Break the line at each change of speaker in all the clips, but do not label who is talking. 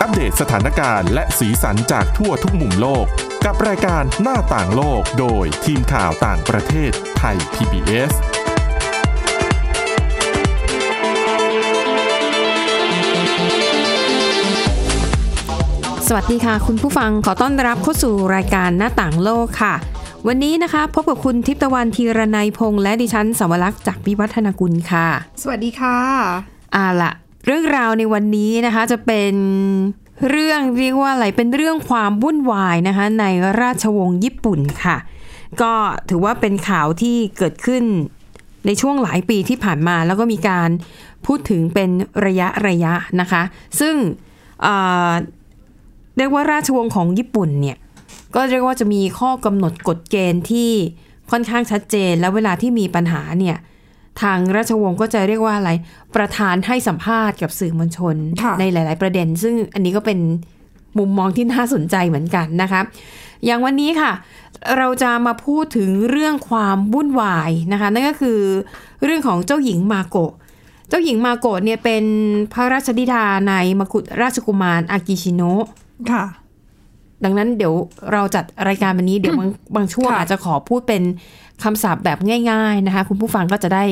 อัปเดตสถานการณ์และสีสันจากทั่วทุกมุมโลก กับรายการหน้าต่างโลกโดยทีมข่าวต่างประเทศไทย PBS
สวัสดีค่ะ คุณผู้ฟังขอต้อนรับเข้าสู่รายการหน้าต่างโลกค่ะ วันนี้นะคะ พบกับคุณทิพย์ตะวันธีรนัยพงษ์และดิฉันสวรักษ์จากวิวัฒนกุลค่ะ
สวัสดีค่ะ
เอาละเรื่องราวในวันนี้นะคะจะเป็นเรื่องเรียกว่าอะไรเป็นเรื่องความวุ่นวายนะคะ ในราชวงศ์ญี่ปุ่นค่ะ ก็ถือว่าเป็นข่าวที่เกิดขึ้น ในช่วงหลายปีที่ผ่านมาแล้วก็มีการพูดถึงเป็นระยะระยะนะคะ ซึ่งเอ่อ เรียกว่าราชวงศ์ของญี่ปุ่นเนี่ย ก็เรียกว่าจะมีข้อกำหนดกฎเกณฑ์ที่ค่อนข้างชัดเจน แล้วเวลาที่มีปัญหาเนี่ย ทางราชวงศ์ก็จะเรียกว่าอะไร ประธานให้สัมภาษณ์กับสื่อมวลชน
ค่ะ
ในหลาย ๆ ประเด็น ซึ่งอันนี้ก็เป็นมุมมองที่น่าสนใจเหมือนกันนะคะ อย่างวันนี้ค่ะ เราจะมาพูดถึงเรื่องความวุ่นวายนะคะ นั่นก็คือเรื่องของเจ้าหญิงมาโกะ เจ้าหญิงมาโกะเนี่ยเป็นพระราชธิดาในมกุฎราชกุมารอากิชิโนะ
ค่ะ
ดังนั้นเดี๋ยวเราจัดรายการวันนี้เดี๋ยวบางบางช่วง
ค่ะ
อาจจะขอพูดเป็นคำศัพท์แบบง่าย ๆนะคะ คุณผู้ฟังก็จะได้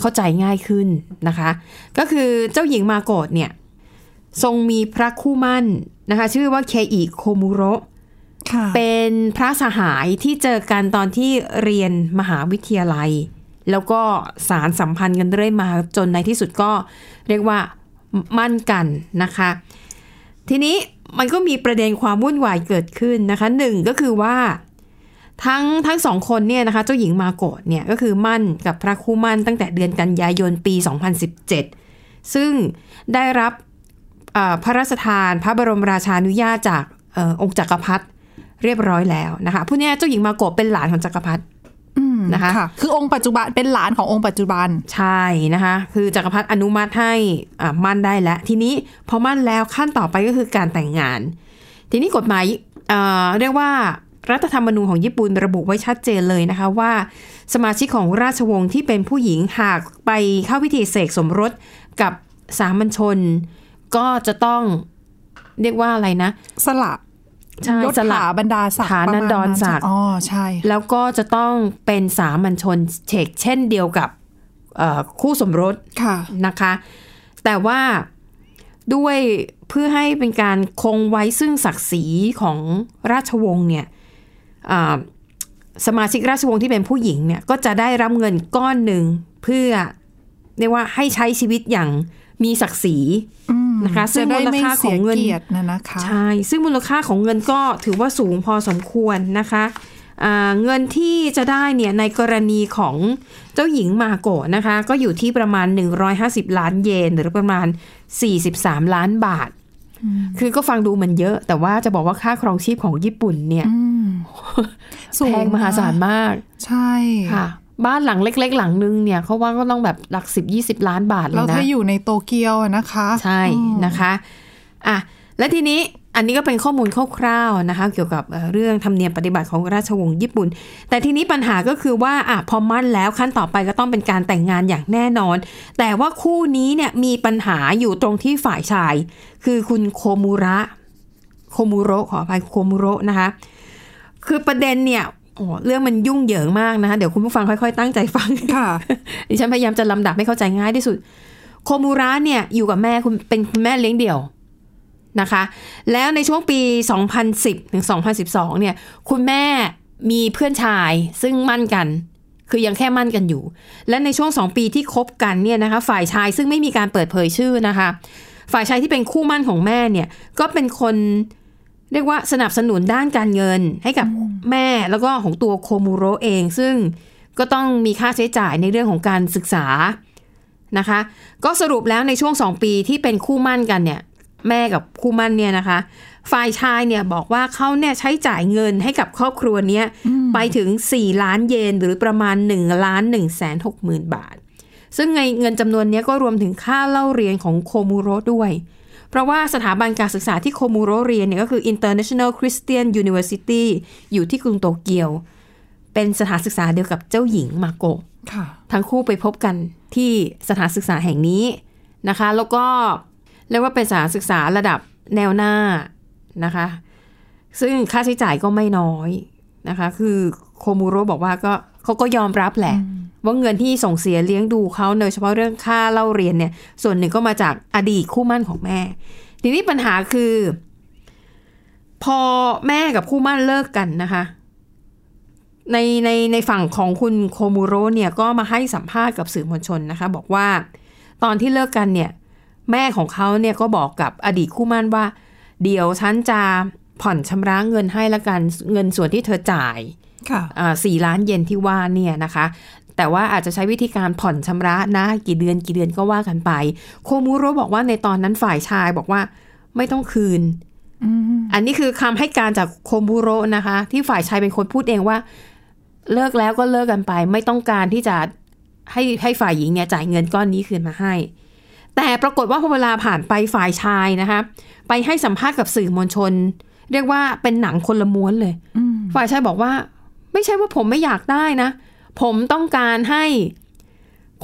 เข้าใจง่ายขึ้นนะคะ ก็คือเจ้าหญิงมาโกดเนี่ย ทรงมีพระคู่มั่นนะคะ ชื่อว่าเคอิโคมุโระ
ค่ะ
เป็นพระสหายที่เจอกันตอนที่เรียนมหาวิทยาลัย แล้วก็สารสัมพันธ์กันเรื่อยมาจนในที่สุดก็เรียกว่ามั่นกันนะคะ ทีนี้มันก็มีประเด็นความวุ่นวายเกิดขึ้นนะคะหนึ่งก็คือว่าทั้งทั้งสองคนเนี่ยนะคะ เจ้าหญิงมาโกดเนี่ยก็คือมั่นกับพระคู่มั่นตั้งแต่เดือนกันยายนปี 2017 ซึ่งได้รับเอ่อพระราชทานพระบรมราชานุญาตจากเออองค์จักรพรรดิ เรียบร้อยแล้วนะคะผู้นี้เจ้าหญิงมาโกะเป็นหลานของจักรพรรดิ
อืม
นะคะ
คือองค์ปัจจุบันเป็นหลานขององค์ปัจจุบัน
ใช่นะคะ คือจักรพรรดิอนุมัติให้อ่ามั่นได้แล้ว ทีนี้พอมั่นแล้วขั้นต่อไปก็คือการแต่งงาน ทีนี้กฎหมายเอ่อเรียกว่ารัฐธรรมนูญของญี่ปุ่นระบุไว้ชัดเจนเลยนะคะว่า สมาชิกของราชวงศ์ที่เป็นผู้หญิงหากไปเข้าพิธีเสกสมรสกับสามัญชน ก็จะต้องเรียกว่าอะไรนะ
สละ
ใช่
ยศ
สลั
ถา
บ
บรรดาศักดิ์
ฐานันดรศักดิ์
ประมาณนั้นอ๋อใช่ค่ะ
แล้วก็จะต้องเป็นสามัญชนเฉกเช่นเดียวกับเอ่อคู่สมรส
ค่ะ
นะคะ แต่ว่าด้วยเพื่อให้เป็นการคงไว้ซึ่งศักดิ์ศรีของราชวงศ์เนี่ยอ่าสมาชิกราชวงศ์ที่เป็นผู้หญิงเนี่ยก็จะได้รับเงินก้อนหนึ่งเพื่อเรียกว่าให้ใช้ชีวิตอย่างมีศักดิ์ศรี
อืม
นะคะซึ่ง
จได้
มูล
ไม่
ค่าข
สีย
องเงิน
กียรตินะนะคะ
ใช่ ซึ่งมูลค่าของเงินก็ถือว่าสูงพอสมควรนะคะอ่าเงินที่จะได้เนี่ยในกรณีของเจ้าหญิงมาโกะนะคะ ก็อยู่ที่ประมาณ 150 ล้านเยน หรือประมาณ 43 ล้านบาท คือก็ฟังดูมันเยอะ แต่ว่าจะบอกว่าค่าครองชีพของญี่ปุ่นเนี่ย
อืมสู
แพงมหาศาลมาก
ใช่
ค่ะ บ้านหลังเล็ก ๆ หลังนึงเนี่ยเขาว่าก็ต้องแบบหลัก 10-20 ล้านบาทเลยนะ
แล้วถ้าอยู่ในโตเกียวอะนะคะ
ใช่นะคะอ่ะและทีนี้อันนี้ก็เป็นข้อมูลคร่าวๆนะคะ เกี่ยวกับเอ่อเรื่องธรรมเนียมปฏิบัติของราชวงศ์ญี่ปุ่น แต่ทีนี้ปัญหาก็คือว่าอ่ะพอมั่นแล้วขั้นต่อไปก็ต้องเป็นการแต่งงานอย่างแน่นอน แต่ว่าคู่นี้เนี่ยมีปัญหาอยู่ตรงที่ฝ่ายชาย คือคุณโคมูระโคมูโระขออภัยโคมูโระนะคะ คือประเด็นเนี่ยโอ้เรื่องมันยุ่งเหยิงมากนะคะเดี๋ยวคุณผู้ฟังค่อยๆ ตั้งใจฟัง
ค่ะ
ดิฉันพยายามจะลำดับให้เข้าใจง่ายที่สุด โคมูระเนี่ยอยู่กับแม่คุณเป็นคุณแม่เลี้ยงเดี่ยวนะคะ แล้วในช่วงปี 2010 ถึง 2012 เนี่ย คุณแม่มีเพื่อนชายซึ่งมั่นกัน คือยังแค่มั่นกันอยู่ และในช่วงสอง2ปีที่คบกันเนี่ยนะคะ ฝ่ายชายซึ่งไม่มีการเปิดเผยชื่อนะคะ ฝ่ายชายที่เป็นคู่มั่นของแม่เนี่ยก็เป็นคนเรียกว่าสนับสนุนด้านการเงินให้กับแม่แล้วก็ของตัวโคมูโระเอง ซึ่งก็ต้องมีค่าใช้จ่ายในเรื่องของการศึกษานะคะ ก็สรุปแล้วในช่วงสอง2ปีที่เป็นคู่มั่นกันเนี่ย แม่กับคู่มั่นเนี่ยนะคะ ฝ่ายชายเนี่ยบอกว่าเขาเนี่ยใช้จ่ายเงินให้กับครอบครัวเนี้ยไปถึง 4 ล้านเยนหรือประมาณ1ล้าน1แสน6หมื่นบาท ซึ่งในเงินจำนวนเนี้ยก็รวมถึงค่าเล่าเรียนของโคมูโระด้วย เพราะว่าสถาบันการศึกษาที่โคมูโระเรียนเนี่ยก็คือ International Christian University อยู่ที่กรุงโตเกียว เป็นสถานศึกษาเดียวกับเจ้าหญิงมาโกะ
ค่ะ
ทั้งคู่ไปพบกันที่สถานศึกษาแห่งนี้นะคะ แล้วก็ เรียกว่าเป็นสถานศึกษาระดับแนวหน้านะคะ ซึ่งค่าใช้จ่ายก็ไม่น้อยนะคะ คือโคมูโรบอกว่าก็เขาก็ยอมรับแหละ ว่าเงินที่ส่งเสียเลี้ยงดูเขาโดยเฉพาะเรื่องค่าเล่าเรียนเนี่ย ส่วนหนึ่งก็มาจากอดีตคู่หมั่นของแม่ ทีนี้ปัญหาคือ พอแม่กับคู่หมั่นเลิกกันนะคะ ในในในฝั่งของคุณโคมูโรเนี่ยก็มาให้สัมภาษณ์กับสื่อมวลชนนะคะ บอกว่าตอนที่เลิกกันเนี่ย แม่ของเขาเนี่ยก็บอกกับอดีตคู่หมั่นว่า เดี๋ยวฉันจะผ่อนชำระเงินให้ละกันเงินส่วนที่เธอจ่าย
ค่ะ
สี่า4ล้านเยนที่ว่าเนี่ยนะคะ แต่ว่าอาจจะใช้วิธีการผ่อนชำระนะกี่เดือนกี่เดือนก็ว่ากันไป โคมูโรบอกว่าในตอนนั้นฝ่ายชายบอกว่าไม่ต้องคืน
อืม
อันนี้คือคำให้การจากโคมูโรนะคะ ที่ฝ่ายชายเป็นคนพูดเองว่า เลิกแล้วก็เลิกกันไป ไม่ต้องการที่จะให้ให้ฝ่ายหญิงเนี่ยจ่ายเงินก้อนนี้คืนมาให้ แต่ปรากฏว่าพอเวลาผ่านไปฝ่ายชายนะคะ ไปให้สัมภาษณ์กับสื่อมวลชน เรียกว่าเป็นหนังคนละม้วนเลย
อืม
ฝ่ายชายบอกว่า ไม่ใช่ว่าผมไม่อยากได้นะ ผมต้องการให้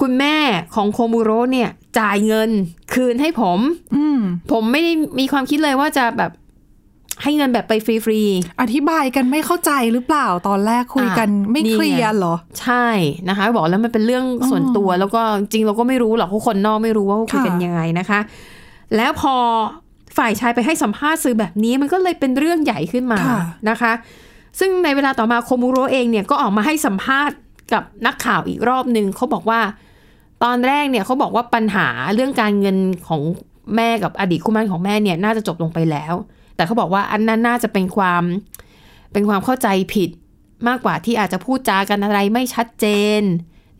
คุณแม่ของโคมูโระเนี่ย จ่ายเงินคืนให้ผม
อืม
ผมไม่ได้มีความคิดเลยว่าจะแบบให้เงินแบบไปฟรี
อธิบายกันไม่เข้าใจหรือเปล่าตอนแรกคุยกัน
อ่ะ
ไม่
นี่ไง
เคลียร์เหรอ
ๆใช่นะคะ บอกแล้วมันเป็นเรื่องส่วนตัว แล้วก็จริงเราก็ไม่รู้หรอกว่าคนนอกไม่รู้ว่าเขาคุยกัน
ค่ะ
ยังไงนะคะ แล้วพอฝ่ายชายไปให้สัมภาษณ์สื่อแบบนี้มันก็เลยเป็นเรื่องใหญ่ขึ้นมา
ค่ะ
นะคะ ซึ่งในเวลาต่อมาโคมูโระเองเนี่ยก็ออกมาให้สัมภาษณ์กับนักข่าวอีกรอบหนึ่งเขาบอกว่า ตอนแรกเนี่ยเขาบอกว่าปัญหาเรื่องการเงินของแม่กับอดีตคู่หมั่นของแม่เนี่ยน่าจะจบลงไปแล้ว แต่เขาบอกว่าอันนั้นน่าจะเป็นความเป็นความเข้าใจผิดมากกว่าที่อาจจะพูดจากันอะไรไม่ชัดเจน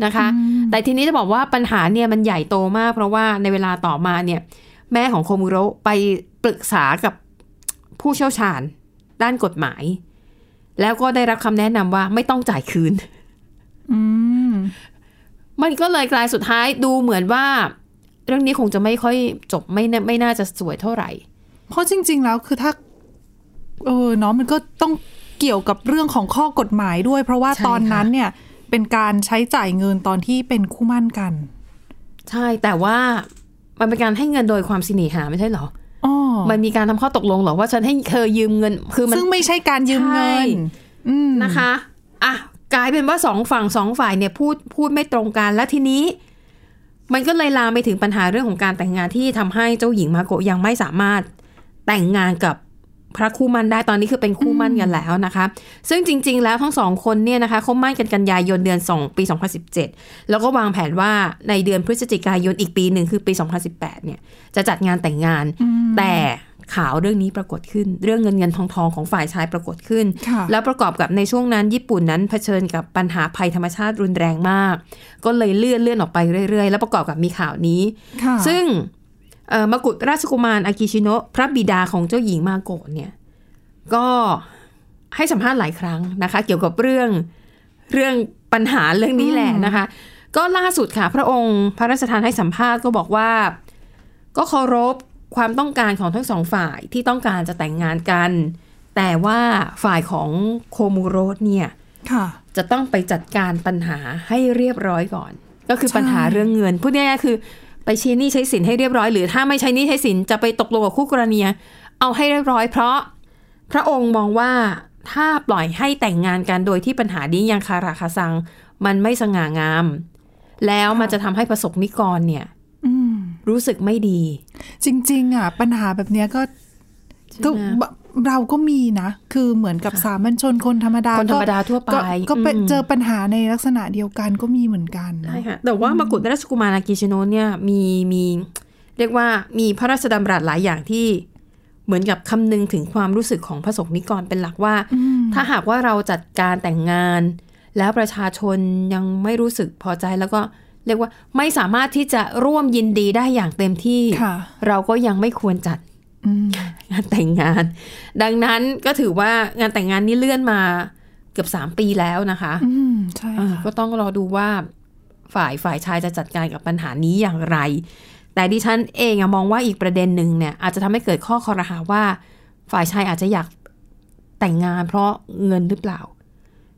นะคะ แต่ทีนี้จะบอกว่าปัญหาเนี่ยมันใหญ่โตมาก เพราะว่าในเวลาต่อมาเนี่ย แม่ของโคมูโระไปปรึกษากับผู้เชี่ยวชาญด้านกฎหมาย แล้วก็ได้รับคำแนะนำว่าไม่ต้องจ่ายคืน
อืม
มันก็เลยกลายสุดท้ายดูเหมือนว่า เรื่องนี้คงจะไม่ค่อยจบไม่น่าไม่น่าจะสวยเท่าไหร่
เพราะจริง ๆ แล้วคือถ้าเออเนาะมันก็ต้องเกี่ยวกับเรื่องของข้อกฎหมายด้วย เพราะว่า
ใช่ค่ะ
ตอนนั้นเนี่ยเป็นการใช้จ่ายเงินตอนที่เป็นคู่หมั่นกัน
ใช่แต่ว่ามันเป็นการให้เงินโดยความสิเนหาไม่ใช่เหรอ
อ๋อ
มันมีการทำข้อตกลงเหรอว่าฉันให้เธอยืมเงินคือมัน
ซึ่งไม่ใช่การยืมเงิ
ใช่
นอืม
นะคะอ่ะกลายเป็นว่าสองฝั่งสองฝ่ายเนี่ยพูดพูดไม่ตรงกันและทีนี้ มันก็เลยลามไปถึงปัญหาเรื่องของการแต่งงานที่ทำให้เจ้าหญิงมาโกะยังไม่สามารถแต่งงานกับพระคู่มั่นได้ตอนนี้คือเป็นคู่มั่นกันแล้วนะคะ ซึ่งจริง ๆ แล้วทั้งสองคนเนี่ยนะคะเขามั่นกันกันยายนเดือน 2 ปี 2017 แล้วก็วางแผนว่าในเดือนพฤศจิกายนอีกปีหนึ่งคือปี 2018 เนี่ยจะจัดงานแต่งงาน แต่ข่าวเรื่องนี้ปรากฏขึ้น เรื่องเงินเงินทองทองของฝ่ายชายปรากฏขึ้น
ค่ะ
แล้วประกอบกับในช่วงนั้นญี่ปุ่นนั้นเผชิญกับปัญหาภัยธรรมชาติรุนแรงมาก ก็เลยเลื่อนเลื่อนออกไปเรื่อยๆ แล้วประกอบกับมีข่าวนี้
ค่ะ
ซึ่งเอ่อมกุฎราชกุมารอากิชิโนะพระบิดาของเจ้าหญิงมาโกะเนี่ย ก็ให้สัมภาษณ์หลายครั้งนะคะ เกี่ยวกับเรื่องเรื่องปัญหาเรื่องนี้แหละนะคะ ก็ล่าสุดค่ะ พระองค์พระราชทานให้สัมภาษณ์ก็บอกว่า ก็เคารพความต้องการของทั้งสองฝ่ายที่ต้องการจะแต่งงานกัน แต่ว่าฝ่ายของโคมูโรสเนี่ย
ค่ะ
จะต้องไปจัดการปัญหาให้เรียบร้อยก่อน ก็คือ
ใช่
ปัญหาเรื่องเงินพูดง่ายๆคือ ไปใช้หนี้ใช้สินให้เรียบร้อย หรือถ้าไม่ใช้หนี้ใช้สินจะไปตกลงกับคู่กรณีเอาให้เรียบร้อย เพราะพระองค์มองว่าถ้าปล่อยให้แต่งงานกันโดยที่ปัญหานี้ยังคาราคาซัง มันไม่สง่างาม แล้วมันจะทำให้ประสบนิกรเนี่ย
อืม
รู้สึกไม่ดี
จริง ๆ อ่ะ ปัญหาแบบเนี้ยก็ก็บเราก็มีนะ คือเหมือนกับสามัญชนคนธรรมดา
คนธรรมดา
ก็
ทั่วไป
ก็ก็เป็น
อืม
เจอปัญหาในลักษณะเดียวกันก็มีเหมือนกันนะ
ใช่ค่ะแต่ว่ามกุฎราชกุมารอากิชิโนะเนี่ยมีมีเรียกว่ามีพระราชดำรัสหลายอย่างที่เหมือนกับคำนึงถึงความรู้สึกของพระสงฆ์นิกรเป็นหลักว่า
อืม
ถ้าหากว่าเราจัดการแต่งงาน แล้วประชาชนยังไม่รู้สึกพอใจแล้วก็เรียกว่าไม่สามารถที่จะร่วมยินดีได้อย่างเต็มที่
ค่ะ
เราก็ยังไม่ควรจัด
อืม
งานแต่งงาน ดังนั้นก็ถือว่างานแต่งงานนี้เลื่อนมาเกือบสามปีแล้วนะคะ
อืม ใช่
อ่า
ค่ะ
ก็ต้องรอดูว่าฝ่ายฝ่ายชายจะจัดการกับปัญหานี้อย่างไร แต่ดิฉันเองอะมองว่าอีกประเด็นหนึ่งเนี่ยอาจจะทำให้เกิดข้อคอรหาว่า ฝ่ายชายอาจจะอยากแต่งงานเพราะเงินหรือเปล่า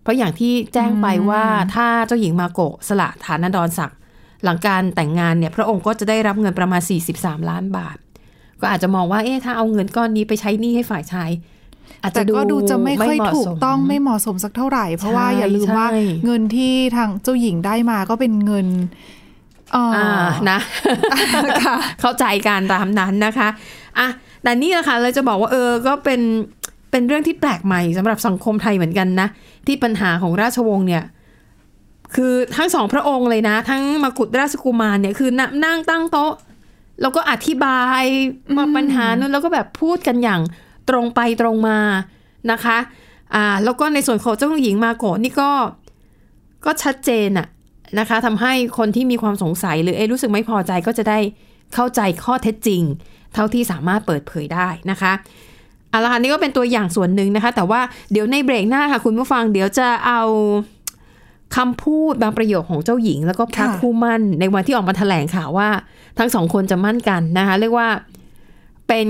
เพราะอย่างที่แจ้งไปว่าถ้าเจ้าหญิงมาโกะสละฐานะดอนศักดิ์หลังการแต่งงานเนี่ยพระองค์ก็จะได้รับเงินประมาณ 43 ล้านบาท ก็อาจจะมองว่าเอ๊ะถ้าเอาเงินก้อนนี้ไปใช้หนี้ให้ฝ่ายชายอาจ
แต่
จะดู
ก็ดูจะไม่ค่อย
เหาะ
ถู
ส
ก
ม
ต้องไม่เหมาะสมสักเท่าไหร่ เพราะว่าอย่าลืมว่า
ใช่
เงินที่ทางเจ้าหญิงได้มาก็เป็นเงินเอ่ออ
อ่านะ เข้าใจการตามนั้นนะคะอ่ะแต่นี่นะคะเราจะบอกว่าเออก็เป็นเป็นเรื่องที่แปลกใหม่สำหรับสังคมไทยเหมือนกันนะ ที่ปัญหาของราชวงศ์เนี่ย คือทั้งสองพระองค์เลยนะ ทั้งมกุฎราชกุมารเนี่ยคือนั่งนั่งตั้งโต๊ะ แล้วก็อธิบายมาปัญหานู้นแล้วก็แบบพูดกันอย่างตรงไปตรงมานะคะอ่าแล้วก็ในส่วนของเจ้าหญิงมาโกะนี่ก็ ก็ชัดเจนอะนะคะทำให้คนที่มีความสงสัยหรือเอะรู้สึกไม่พอใจก็จะได้เข้าใจข้อเท็จจริง เท่าที่สามารถเปิดเผยได้นะคะเอาละค่ะนี่ก็เป็นตัวอย่างส่วนหนึ่งนะคะ แต่ว่าเดี๋ยวในเบรกหน้าค่ะ คุณผู้ฟังเดี๋ยวจะเอาคำพูดบางประโยคของเจ้าหญิง แล้วก็พระ
ค่ะ
คู่มั่นในวันที่ออกมาแถลงข่าวว่า ทั้งสองคนจะมั่นกันนะคะ เรียกว่าเป็น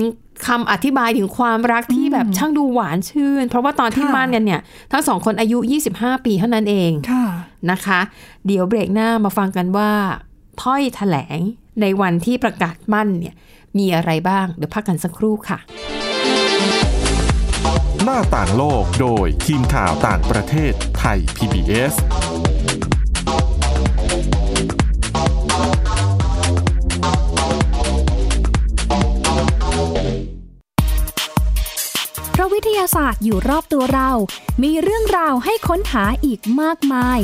คำอธิบายถึงความรักที่แบบช่างดูหวานชื่น เพราะว่าตอนที่
ค่ะ
มั่นกันเนี่ยทั้งสองคนอายุ 25 ปีเท่านั้นเอง
ค่ะ
นะคะ เดี๋ยวเบรกหน้ามาฟังกันว่า ถ้อยแถลงในวันที่ประกาศมั่นเนี่ยมีอะไรบ้าง เดี๋ยวพักกันสักครู่ค่ะ
หน้าต่างโลกโดยทีมข่าวต่างประเทศไทย PBS
เพราะวิทยาศาสตร์อยู่รอบตัวเรา มีเรื่องราวให้ค้นหาอีกมากมาย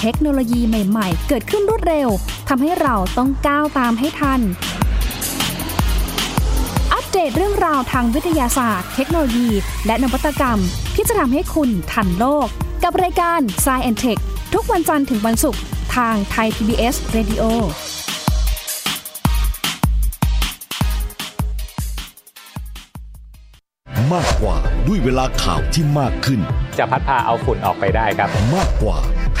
เทคโนโลยีใหม่ ๆ เกิดขึ้นรวดเร็ว ทำให้เราต้องก้าวตามให้ทัน อัปเดตเรื่องราวทางวิทยาศาสตร์ เทคโนโลยี และนวัตกรรม ที่จะทำให้คุณทันโลก กับรายการ s c i e n t e c h ทุกวันจันทร์ถึงวันศุกร์ทางไทย PBS Radio
มากกว่าด้วยเวลาข่าวที่มากขึ้น
จะพัดพาเอาฝุ่นออกไปได้ครับ
มากกว่าใ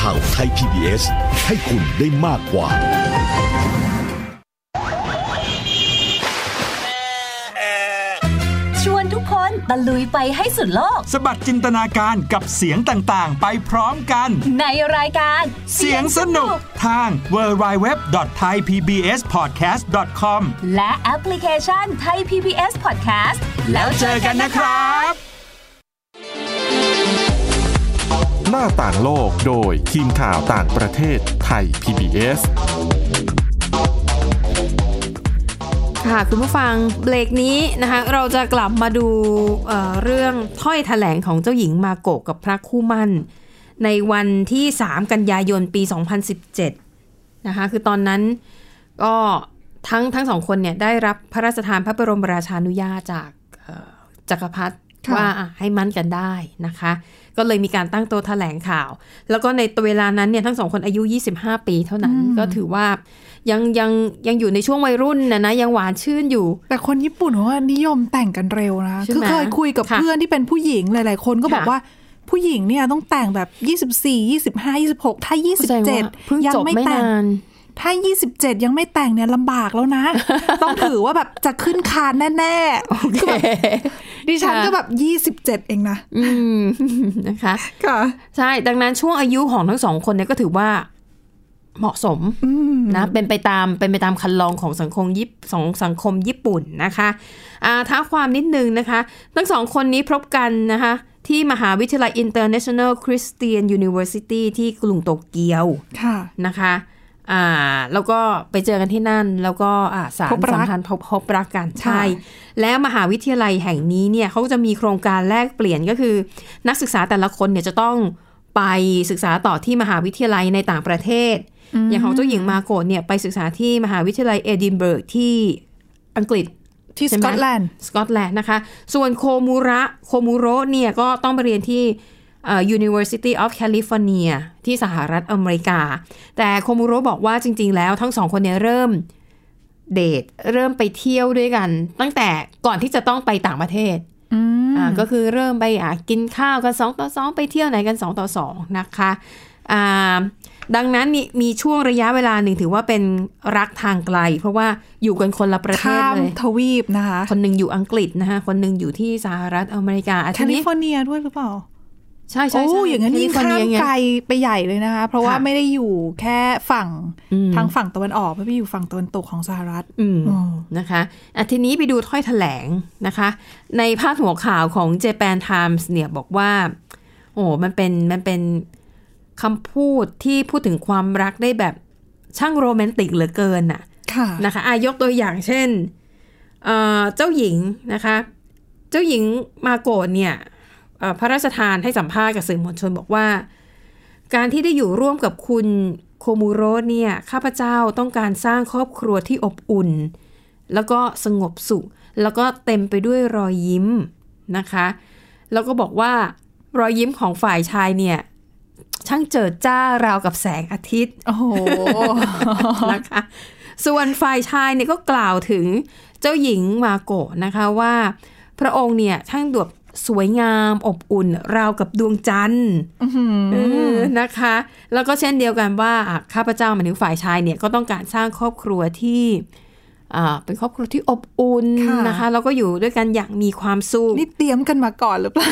ข่าวไทย PBS ให้คุณได้มากกว่า
ชวนทุกคนตะลุยไปให้สุดโลก
สะบัดจินตนาการกับเสียงต่าง ๆ ไปพร้อมกัน
ในรายการ
เสียงสนุกทาง w w w t h a i p b s p o d c a s t c o m
และแอปพลิเคชันไทย PBS Podcast
แล้วเจอกันนะครับ
หน้าต่างโลกโดยทีมข่าวต่างประเทศไทย PBS
ค่ะ คุณผู้ฟังเบรกนี้นะคะ เราจะกลับมาดูเอ่อเรื่องถ้อยแถลงของเจ้าหญิงมาโกะกับพระคู่มั่น ในวันที่ 3 กันยายนปี 2017 นะคะ คือตอนนั้นก็ทั้งทั้งสองคนเนี่ยได้รับพระราชทานพระบรมราชานุญาตจากเอ่อจักรพรรดิ
ค่ะ
ว่าอ่ะให้มั่นกันได้นะคะ ก็เลยมีการตั้งโต๊ะแถลงข่าว แล้วก็ในเวลานั้นเนี่ยทั้งสองคนอายุ 25 ปีเท่านั้นก็ถือว่า ยังยังยังอยู่ในช่วงวัยรุ่นนะนะยังหวานชื่นอยู่
แต่คนญี่ปุ่นเขาว่านิยมแต่งกันเร็วนะ
ใช่ไหม
คือเคยคุยกับ
ค่ะ
เพื่อนที่เป็นผู้หญิงหลาย ๆ คนก็บอก
ค่ะ
ว่าผู้หญิงเนี่ยต้องแต่งแบบ 24 25 26 ถ้า
แสดงว่าเพิ่ง
27 ยั
จบ
ไม่
ไม่
แต่ง
นาน
ถ้า 27 ยังไม่แต่งเนี่ยลำบากแล้ว นะ ต้องถือว่าแบบจะขึ้นคานแน่ๆคือแบบดิฉันก็แบบ 27 เองนะ
อืม นะคะ
ค่ะ
ใช่ ดังนั้นช่วงอายุของทั้งสองคนเนี่ยก็ถือว่าเหมาะสมนะเป็นไปตามเป็นไปตามคันลองของสังคมญี่สองสังคมญี่ปุ่นนะคะอ่าท้าความนิดนึงนะคะ ทั้งสองคนนี้พบกันนะคะ ที่มหาวิทยาลัย International Christian University ที่กรุงโตเกียว
ค่ะ
นะคะอ่าแล้วก็ไปเจอกันที่นั่น แล้วก็อ่าสาร
พบรั
สั
ก
มพันธ์พบพบรักกัน ใช่
ค่ะ
แล้วมหาวิทยาลัยแห่งนี้เนี่ยเขาก็จะมีโครงการแลกเปลี่ยนก็คือ นักศึกษาแต่ละคนเนี่ยจะต้องไปศึกษาต่อที่มหาวิทยาลัยในต่างประเทศ อย่างของเจ้าหญิงมาโกะเนี่ยไปศึกษาที่มหาวิทยาลัยเอดินเบิร์กที่อังกฤษ
ที่
ใช่
ส
ไหม
กอตแลนด์
สกอตแลนด์นะคะ ส่วนโคมูระโคมูโระเนี่ยก็ต้องไปเรียนที่เอ่อ University of California ที่สหรัฐอเมริกา แต่โคมูโระบอกว่าจริง ๆ แล้วทั้งสองคนเนี่ยเริ่มเดทเริ่มไปเที่ยวด้วยกัน ตั้งแต่ก่อนที่จะต้องไปต่างประเทศ
อืม
อ่าก็คือเริ่มไปอ่ะกินข้าวกันสองต่อสองไปเที่ยวไหนกันสองต่อสองนะคะอ่าดังนั้นนี่มีช่วงระยะเวลาหนึ่งถือว่าเป็นรักทางไกล เพราะว่าอยู่กันคนละประเท
ข้า
ศ
ม
เลย
ทวีปนะคะ
คนหนึ่งอยู่อังกฤษนะคะคนหนึ่งอยู่ที่สหรัฐอเมริกาอา
แค
ที
ลิ
นี้
ฟอร์เนียด้วยหรือเปล่า
ใช่ใช่
โอ้
ใช่
อย่างนั้นยิ่ง
แลิฟอ
ข้า
ร์
ม
เยไ
ไกลไปใหญ่เลยนะคะ เพราะว่า
ค่ะ
ไม่ได้อยู่แค่ฝั่ง
อืม
ทางฝั่งตะวันออกไม่ไปอยู่ฝั่งตะวันตกของสหรัฐ
อืม
อ๋อ
นะคะอ่ะทีนี้ไปดูถ้อยแถลงนะคะ ในพาดหัวข่าวของ Japan Times เนี่ยบอกว่า โอ้มันเป็นมันเป็นคำพูดที่พูดถึงความรักได้แบบช่างโรแมนติกเหลือเกินน่ะ
ค่ะ
นะคะอายกตัวอย่างเช่นเอ่อเจ้าหญิงนะคะ เจ้าหญิงมาโกะเนี่ยเอ่อพระราชทานให้สัมภาษณ์กับสื่อมวลชนบอกว่า การที่ได้อยู่ร่วมกับคุณโคมูโระเนี่ยข้าพเจ้าต้องการสร้างครอบครัวที่อบอุ่น แล้วก็สงบสุข แล้วก็เต็มไปด้วยรอยยิ้มนะคะ แล้วก็บอกว่ารอยยิ้มของฝ่ายชายเนี่ย ช่างเจิดจ้าราวกับแสงอาทิตย์
โอ้โห
นะคะส่วนฝ่ายชายเนี่ยก็กล่าวถึงเจ้าหญิงมาโกะนะคะว่าพระองค์เนี่ยช่างดวบสวยงามอบอุ่น ราวกับดวงจันทร์เออนะคะ แล้วก็เช่นเดียวกันว่าอ่ะข้าพเจ้าหมายถึงฝ่ายชายเนี่ยก็ต้องการสร้างครอบครัวที่อ่าเป็นครอบครัวที่อบอุ่น
ค่ะ
นะคะแล้วก็อยู่ด้วยกันอย่างมีความสุข
นี่เตรียมกันมาก่อนหรือเปล่า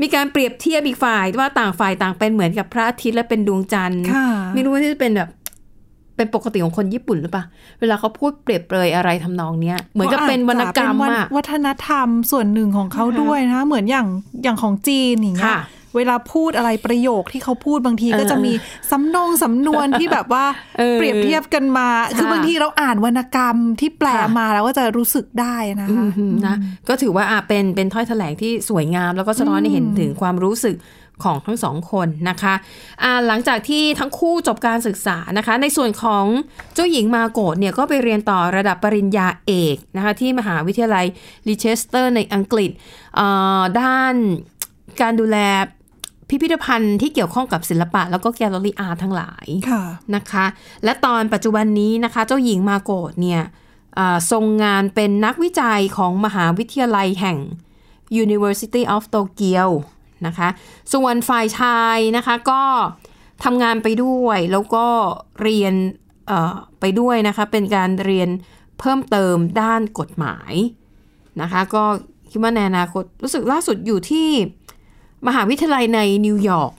มีการเปรียบเทียบอีกฝ่ายว่าต่างฝ่ายต่างเป็นเหมือนกับพระอาทิตย์และเป็นดวงจันทร์
ค่ะ
ไม่รู้ว่านี่จะเป็นแบบเป็นปกติของคนญี่ปุ่นหรือเปล่า เวลาเขาพูดเปรียบเปรยอะไรทำนองเนี้ย เหมือนกับเป็นวรรณกรรม
เป็นวัฒ
อะ
วัฒนธรรมส่วนหนึ่งของเขา
นะคะ
ด้วยนะคะเหมือนอย่างอย่างของจีนอย่างเงี้ย
ค่ะ
เวลาพูดอะไรประโยคที่เขาพูดบางทีก็จะมีสำนงสำนวนที่แบบว่า
เออ
เปรียบเทียบกันมา
ค่ะ
คือบางทีเราอ่านวรรณกรรมที่แปล
ค่ะ
มาแล้วก็จะรู้สึกได้นะคะ
อืมนะก็ถือว่าอ่ะเป็นเป็นถ้อยแถลงที่สวยงาม แล้วก็สะท้อนให้เห็นถึงความรู้สึกของทั้งสองคนนะคะอ่าหลังจากที่ทั้งคู่จบการศึกษานะคะ ในส่วนของเจ้าหญิงมาโกดเนี่ยก็ไปเรียนต่อระดับปริญญาเอกนะคะที่มหาวิทยาลัยลิเชสเตอร์ในอังกฤษเอ่อด้านการดูแลพิพิธภัณฑ์ที่เกี่ยวข้องกับศิลปะ แล้วก็แกลเลอรี่อาร์ตทั้งหลาย
ค่ะ
นะคะและตอนปัจจุบันนี้นะคะเจ้าหญิงมาโกดเนี่ยเอ่อทรงงานเป็นนักวิจัยของมหาวิทยาลัยแห่ง University of Tokyo นะคะส่วนฝ่ายชายนะคะก็ทำงานไปด้วยแล้วก็เรียนเอ่อไปด้วยนะคะเป็นการเรียนเพิ่มเติมด้านกฎหมายนะคะก็คิดว่าในอนาคตรู้สึกล่าสุดอยู่ที่มหาวิทยาลัยในนิวยอร์ก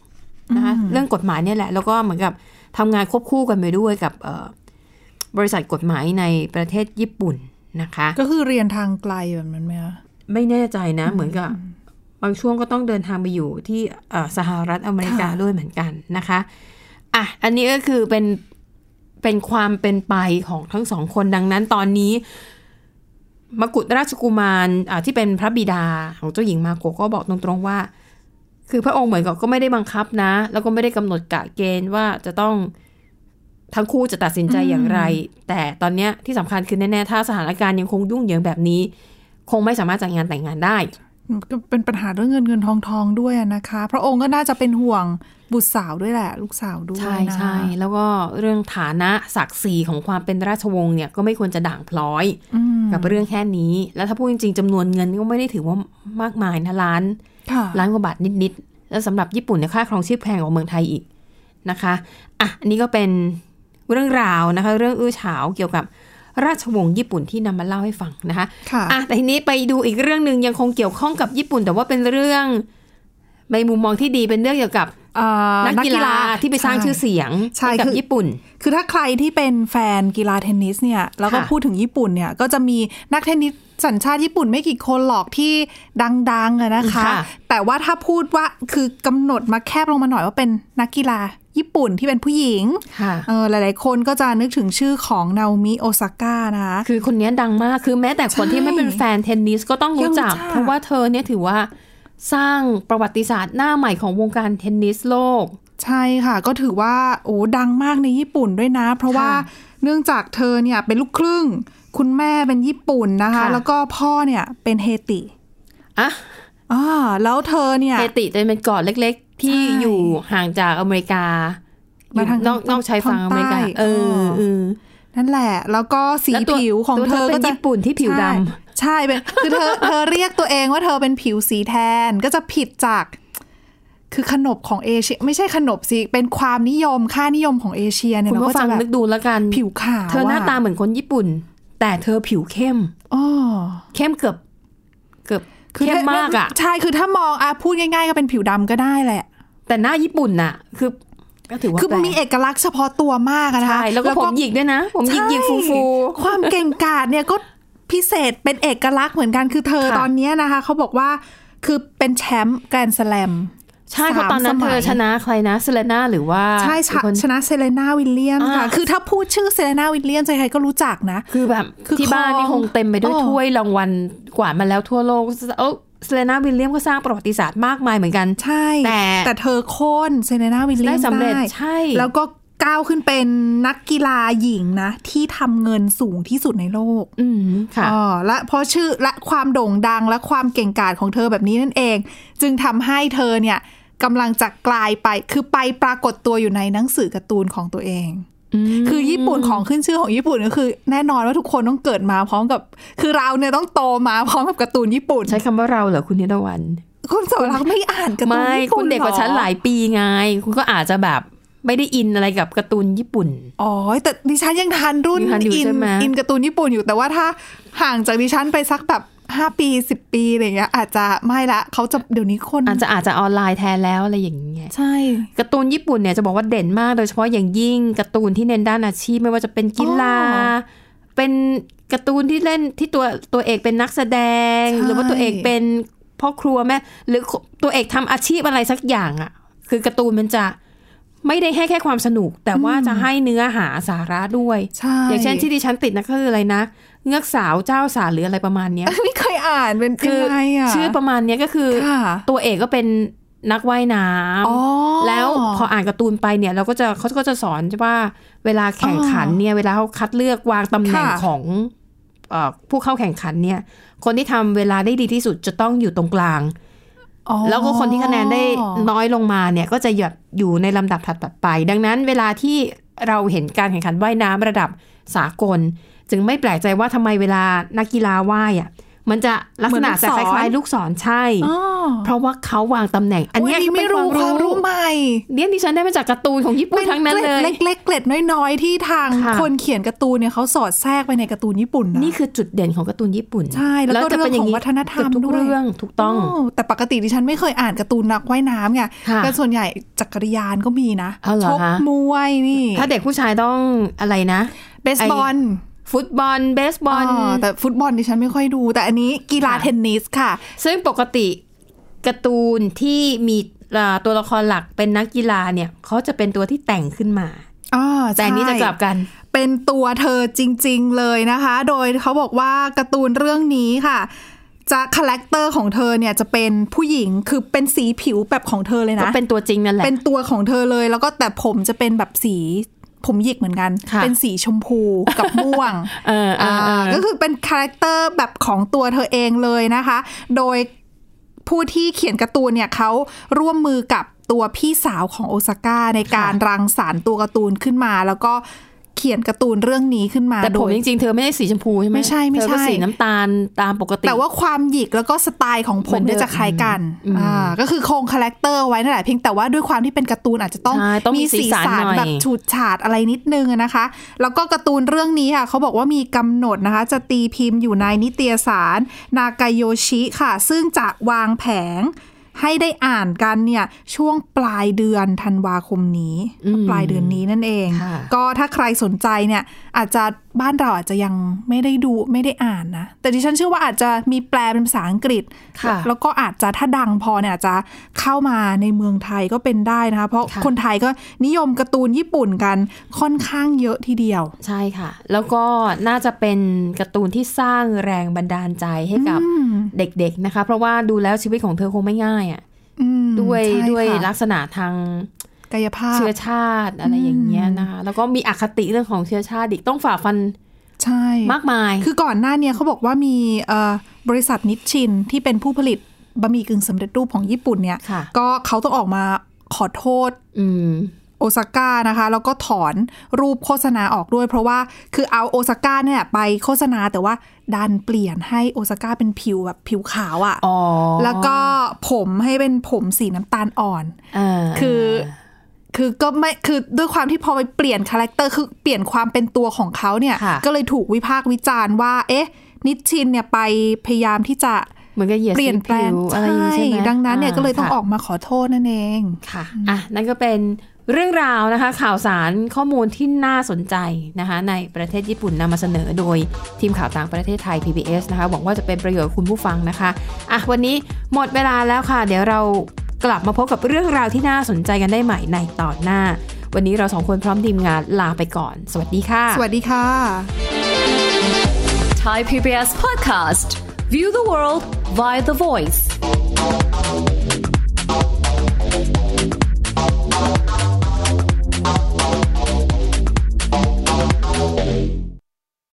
นะคะเรื่องกฎหมายเนี่ยแหละ แล้วก็เหมือนกับทำงานควบคู่กันไปด้วยกับเอ่อบริษัทกฎหมายในประเทศญี่ปุ่นนะคะ
ก็คือเรียนทางไกลแบบนั้นไหมคะ
ไม่แน่ใจนะ เหมือนกับบางช่วงก็ต้องเดินทางไปอยู่ที่เอ่อสหรัฐอเมริกา
ค่ะ
ด้วยเหมือนกันนะคะอ่ะอันนี้ก็คือเป็นเป็นความเป็นไปของทั้งสองคนดังนั้นตอนนี้ มกุฎราชกุมารอ่าที่เป็นพระบิดาของเจ้าหญิงมาโกะก็บอกตรงๆว่า คือพระองค์เหมือนกับก็ไม่ได้บังคับนะ แล้วก็ไม่ได้กำหนดกะเกณฑ์ว่าจะต้องทั้งคู่จะตัดสินใจอย่างไร แต่ตอนเนี้ยที่สำคัญคือแน่ๆถ้าสถานการณ์ยังคงยุ่งเหยิงแบบนี้ คงไม่สามารถจัดงานแต่งงานได้
ก็เป็นปัญหาเรื่องเงินเงินทองทองด้วยนะคะ พระองค์ก็น่าจะเป็นห่วงบุตรสาวด้วยแหละ ลูกสาวด้วย
ใช่
นะ
ใช่แล้วก็เรื่องฐานะศักดิ์ศรีของความเป็นราชวงศ์เนี่ยก็ไม่ควรจะด่างพร้อย
อืม
กับเรื่องแค่นี้ แล้วถ้าพูดจริงๆจำนวนเงินก็ไม่ได้ถือว่ามากมายนะล้าน
ค่ะ
ล้านกว่าบาทนิดๆ แล้วสำหรับญี่ปุ่นเนี่ยค่าครองชีพแพงกว่าเมืองไทยอีกนะคะอ่ะอันนี้ก็เป็นเรื่องราวนะคะ เรื่องอื้อฉาวเกี่ยวกับราชวงศ์ญี่ปุ่นที่นำมาเล่าให้ฟังนะคะ
ค่ะ
อ่ะแต่ทีนี้ไปดูอีกเรื่องหนึ่งยังคงเกี่ยวข้องกับญี่ปุ่น แต่ว่าเป็นเรื่องในมุมมองที่ดีเป็นเรื่องเกี่ยวกับ
เอ่อ
นักกีฬาที่ไปสร้างชื่อเสียง
ใช่
ให้กับ
คือ
ญี่ปุ่น
คือถ้าใครที่เป็นแฟนกีฬาเทนนิสเนี่ยแล้วก็
ค่ะ
พูดถึงญี่ปุ่นเนี่ยก็จะมีนักเทนนิสสัญชาติญี่ปุ่นไม่กี่คนหรอกที่ดังๆอะนะคะ
ค่ะ
แต่ว่าถ้าพูดว่าคือกำหนดมาแคบลงมาหน่อยว่าเป็นนักกีฬาญี่ปุ่นที่เป็นผู้หญิง
ค่ะ
เออหลายๆ คนก็จะนึกถึงชื่อของนาโอมิโอซาก้านะคะ
คือคนนี้ดังมากคือแม้แต่คนที่ไม่เป็นแฟนเทนนิสก็ต้องรู้จัก
ยังรู้จัก
เพราะว่าเธอเนี่ยถือว่าสร้างประวัติศาสตร์หน้าใหม่ของวงการเทนนิสโลก
ใช่ค่ะ ก็ถือว่าโอ้ดังมากในญี่ปุ่นด้วยนะ เพราะ
ค่ะ
ว่าเนื่องจากเธอเนี่ยเป็นลูกครึ่ง คุณแม่เป็นญี่ปุ่นนะคะ
ค่ะ
แล้วก็พ่อเนี่ยเป็นเฮติ
อ่ะ
อ่าแล้วเธอเนี่ย
เฮติจะเป็นเกาะเล็ก ๆ ที่
ใช่
อยู่ห่างจากอเมริกา
มาทาง
นอกนอกชายฝั่งอเมริกา
ทางใต้
เออ
เออ
เออ
นั่นแหละ แล้วก็สี
แล้วตัว
ผิวของ
ตัว
เธ
เธ
อ
อเป็น
ก็จะ
ญี่ปุ่นที่ผิวดำ
ใช่ ใช่เป็นคือเธอ เธอเรียกตัวเองว่าเธอเป็นผิวสีแทนก็จะผิดจาก คือขนบของเอเชีย ไม่ใช่ขนบสิเป็นความนิยมค่านิยมของเอเชียเนี่ย
คุณ
เรา
ผู้
ก็
ฟั
จะ
ง
แบบ
นึกดูแล้วกัน
ผิวขาว
เธอหน้าตาเหมือนคนญี่ปุ่น แต่เธอผิวเข้ม
อ๋อ
เข้มเกือบเกือบเข้ม
ถ้
มากอะ
ใช่คือถ้ามองอ่ะพูดง่ายๆก็เป็นผิวดำก็ได้แหละ
แต่หน้าญี่ปุ่นน่ะ คือก็ถือว่า
คือ
แปล
มันมีเอกลักษณ์เฉพาะตัวมากอะนะคะ
ใช่แล้วก็ผมหยิกด้วยนะ ผมหยิกหยิกฟูฟูๆ
ความเก่งกาจเนี่ยก็พิเศษเป็นเอกลักษณ์เหมือนกันคือเธอ
ค่ะ
ตอนเนี้ยนะคะ เขาบอกว่าคือเป็นแชมป์แกรนด์สแลม
ใช่เพราะตอนนั้น
สามสมั
เธ
ย
อชนะใครนะเซเลน่าหรือว่า
ใช่ชะ
คน
ชนะเซเลนาวิลเลียมส์ค่ะ
อ่า
คือถ้าพูดชื่อเซเลนาวิลเลียมส์ใครๆก็รู้จักนะ
คือแบบ
คือ
ที่บ้าน
คลอง
นี่คงเต็มไปด้วย
โอ้
ถ้วยรางวัลกวาดมาแล้วทั่วโลกเออเซเลนาวิลเลียมก็สร้างประวัติศาสตร์มากมายเหมือนกัน
ใช่
แต่
แต่เธอโค่นเซเลนาวิลเลียม
ได้สำเร็จใช่
แล้วก็ก้าวขึ้นเป็นนักกีฬาหญิงนะ ที่ทำเงินสูงที่สุดในโลก
อืมค่ะ
อ๋อและเพราะชื่อและความโด่งดังและความเก่งกาจของเธอแบบนี้นั่นเอง จึงทำให้เธอเนี่ยกำลังจะกลายไปคือไปปรากฏตัวอยู่ในหนังสือการ์ตูนของตัวเอง คือญี่ปุ่นของขึ้นชื่อของญี่ปุ่นก็คือ แน่นอนว่าทุกคนต้องเกิดมาพร้อมกับ คือเราเนี่ยต้องโตมาพร้อมกับการ์ตูนญี่ปุ่น
ใช้คำว่าเราเหรอคุณนิรวัน
คุณสวรักษ์ไม่อ่านการ์ตูน
ไม่
ญี่
คุ
ปุ่น
ณเด็กกว่า
อ
ฉันหลายปีไง คุณก็อาจจะแบบไม่ได้อินอะไรกับการ์ตูนญี่ปุ่น
อ๋อแต่ดิฉันยังทันรุ่น
ยังทันอยู่
อิน
ใช่ไหม
อินการ์ตูนญี่ปุ่นอยู่แต่ว่าถ้าห่างจากดิฉันไปสักแบบห้าปีสิบปีอะไรอย่างเงี้ยอาจจะไม่ละเขาจะเดี๋ยวนี้คน
อาจจะอาจจะออนไลน์แทนแล้วอะไรอย่างเงี้ย
ใช่
การ์ตูนญี่ปุ่นเนี่ยจะบอกว่าเด่นมากโดยเฉพาะอย่างยิ่งการ์ตูนที่เน้นด้านอาชีพไม่ว่าจะเป็นกีฬาเป็นการ์ตูนที่เล่นที่ตัวตัวเอกเป็นนักแสดง
ใช่
หรือว่าตัวเอกเป็นพ่อครัวแม่หรือตัวเอกทำอาชีพอะไรสักอย่างอ่ะ คือการ์ตูนมันจะไม่ได้ให้แค่ความสนุก แต่ว่าจะให้เนื้อหาสาระด้วย
ใช่
อย่างเช่นที่ดิฉันติดนะก็คืออะไรนะเงือกสาวเจ้าสารหรืออะไรประมาณเนี้ย
ไม่เคยอ่านเป็น
คือ
ยังไงอ่ะ
ชื่อประมาณเนี้ยก็คือ
ค่ะ
ตัวเอกก็เป็นนักว่ายน้
อ๋อ
ำแล้วพออ่านการ์ตูนไปเนี่ย เราก็จะเขาก็จะสอนว่าเวลาแข่งขันเนี่ย เวลาเขาคัดเลือกวางตำแหน่ง
ค่ะ
ของเอ่อผู้เข้าแข่งขันเนี่ย คนที่ทำเวลาได้ดีที่สุดจะต้องอยู่ตรงกลาง
อ๋อ
แล้วก็คนที่คะแนนได้น้อยลงมาเนี่ย ก็จะหยัดอยู่ในลำดับถัดๆไป ดังนั้นเวลาที่เราเห็นการแข่งขันว่ายน้ำระดับสากล จึงไม่แปลกใจว่าทำไมเวลานักกีฬาว่ายอ่ะมันจะลักษณะจะคล้ายๆลูกศรใช่
อ๋อ
เพราะว่าเขาวางตำแหน่ง อันเนี้ย
โย
คือเป็
ไม่
นค
รู้
วาม
ค
รู้
วามรู้ใหม่
เนี่ยดิฉันได้มาจากการ์ตูนของญี่ปุ่นทั้งนั้นเลย
เกล็ดเกล็ดๆน้อยๆ ที่ทาง
ค่ะ
คนเขียนการ์ตูนเนี่ยเขาสอดแทรกไปในการ์ตูนญี่ปุ่นนะ
นี่คือจุดเด่นของการ์ตูนญี่ปุ่น
ใช่แล้วก็
จะป็นย่า
เรื่องของวัฒนธรรม
เกือบทุก
ด้วย
เรื่องถูกต้อง
โแต่ปกติดิฉันไม่เคยอ่านการ์ตูนนักว่ายน้ำไง
ค่ะ
แต่ส่วนใหญ่จักรยานก็มีนะ
เอาเหร
ช
อก คะ
มวยนี่
ถ้าเด็กผู้ชายต้องอะไรนะ
เบสบอล
ฟุตบอลเบสบอล
อ๋อแต่ฟุตบอลดิฉันไม่ค่อยดู แต่อันนี้กีฬา
ค่ะ
เทนนิสค่ะ
ซึ่งปกติการ์ตูนที่มีเอ่อตัวละครหลักเป็นนักกีฬาเนี่ยเขาจะเป็นตัวที่แต่งขึ้นมา
อ่าใช่
แต่อันนี้จะกลับกัน
เป็นตัวเธอจริง ๆ เลยนะคะ โดยเขาบอกว่าการ์ตูนเรื่องนี้ค่ะ จะคาแรคเตอร์ของเธอเนี่ยจะเป็นผู้หญิง คือเป็นสีผิวแบบของเธอเลย
ก็
นะ
เป็นตัวจริงนั่นแหละ
เป็นตัวของเธอเลย แล้วก็แต่ผมจะเป็นแบบสีผมหยิกเหมือนกัน
ค่ะ
เป็นสีชมพูกับม่วง
เออเออเออ
อ่าก็คือเป็นคาแรคเตอร์แบบของตัวเธอเองเลยนะคะ โดยผู้ที่เขียนการ์ตูนเนี่ยเขาร่วมมือกับตัวพี่สาวของโอซาก้าในการรังสรรค์ตัวการ์ตูนขึ้นมา แล้วก็เขียนการ์ตูนเรื่องนี้ขึ้นมา
แต่
โด
ผม
ย
จริงๆ เธอไม่ได้สีชมพูใช่ไหม
ไม่ใช่ไม่
เธอ
ใช่
ก็สีน้ำตาลตามปกติ
แต่ว่าความหยิกแล้วก็สไตล์ของผม
เหมือน
เนี่ย
เดิม
จะคล้ายกัน
อืม
อ่าก็คือคงคาแรคเตอร์ไว้นั่นแหละเพียงแต่ว่าด้วยความที่เป็นการ์ตูนอาจจะต้อง
ใช่ต้องมีสีสันหน่อย
แบบฉูดฉาดอะไรนิดนึงอะนะคะ แล้วก็การ์ตูนเรื่องนี้ค่ะเขาบอกว่ามีกำหนดนะคะ จะตีพิมพ์อยู่ในนิตยสาร นากาโยชิค่ะ ซึ่งจะวางแผงให้ได้อ่านกันเนี่ยช่วงปลายเดือนธันวาคมนี้
อืม
ปลายเดือนนี้นั่นเอง
ค่ะ
ก็ถ้าใครสนใจเนี่ย อาจจะบ้านเราอาจจะยังไม่ได้ดูไม่ได้อ่านนะ แต่ดิฉันเชื่อว่าอาจจะมีแปลเป็นภาษาอังกฤษ
ค่ะ
แล้วก็อาจจะถ้าดังพอเนี่ยอาจจะเข้ามาในเมืองไทยก็เป็นได้นะคะ เพราะคนไทยก็นิยมการ์ตูนญี่ปุ่นกันค่อนข้างเยอะทีเดียว
ใช่ค่ะ แล้วก็น่าจะเป็นการ์ตูนที่สร้างแรงบันดาลใจให้กับเด็กๆนะคะ เพราะว่าดูแล้วชีวิตของเธอคงไม่ง่ายอ่ะ
อืม
ด้วย
ใช่ค่ะ
ด้วยลักษณะทาง
กายภาพ
เชื้อชาติอะไรอย่างเงี้ยนะคะ แล้วก็มีอคติเรื่องของเชื้อชาติอีกต้องฝ่าฟัน
ใช่
มากมาย
คือก่อนหน้าเนี่ยเขาบอกว่ามีเอ่อบริษัทนิชชินที่เป็นผู้ผลิตบะหมี่กึ่งสำเร็จรูปของญี่ปุ่นเนี่ย
ค่ะ
ก็เขาต้องออกมาขอโทษ
อืม
โอซาก้านะคะ แล้วก็ถอนรูปโฆษณาออกด้วย เพราะว่าคือเอาโอซาก้าเนี่ยไปโฆษณาแต่ว่าดันเปลี่ยนให้โอซาก้าเป็นผิวแบบผิวขาวอะ่ะ
อ๋อ
แล้วก็ผมให้เป็นผมสีน้ำตาลอ่อน
า
คือ คือก็ไม่ คือด้วยความที่พอไปเปลี่ยนคาแรคเตอร์ คือเปลี่ยนความเป็นตัวของเขาเนี่ย
ค่ะ
ก็เลยถูกวิพากษ์วิจารณ์ว่า เอ๊ะ นิชชินเนี่ยไปพยายามที่จะ
เหมือนกับเหยียด
เปลี่ยน
สี
แปล
ผิ
ง
วอะไรอย่างนี้ใช่ไหม
ดังนั้นเนี่ยก็เลยต้อง
ค่ะ
ออกมาขอโทษนั่นเอง
ค่ะ อ่ะ นั่นก็เป็นเรื่องราวนะคะ ข่าวสารข้อมูลที่น่าสนใจนะคะ ในประเทศญี่ปุ่นนำมาเสนอโดยทีมข่าวต่างประเทศไทย PBS นะคะ หวังว่าจะเป็นประโยชน์กับคุณผู้ฟังนะคะ อ่ะ วันนี้หมดเวลาแล้วค่ะ เดี๋ยวเรากลับมาพบกับเรื่องราวที่น่าสนใจกันได้ใหม่ในตอนหน้า วันนี้เราสองคนพร้อมทีมงานลาไปก่อน สวัสดีค่ะ
สวัสดีค่ะ
Thai PBS podcast View the world via the voice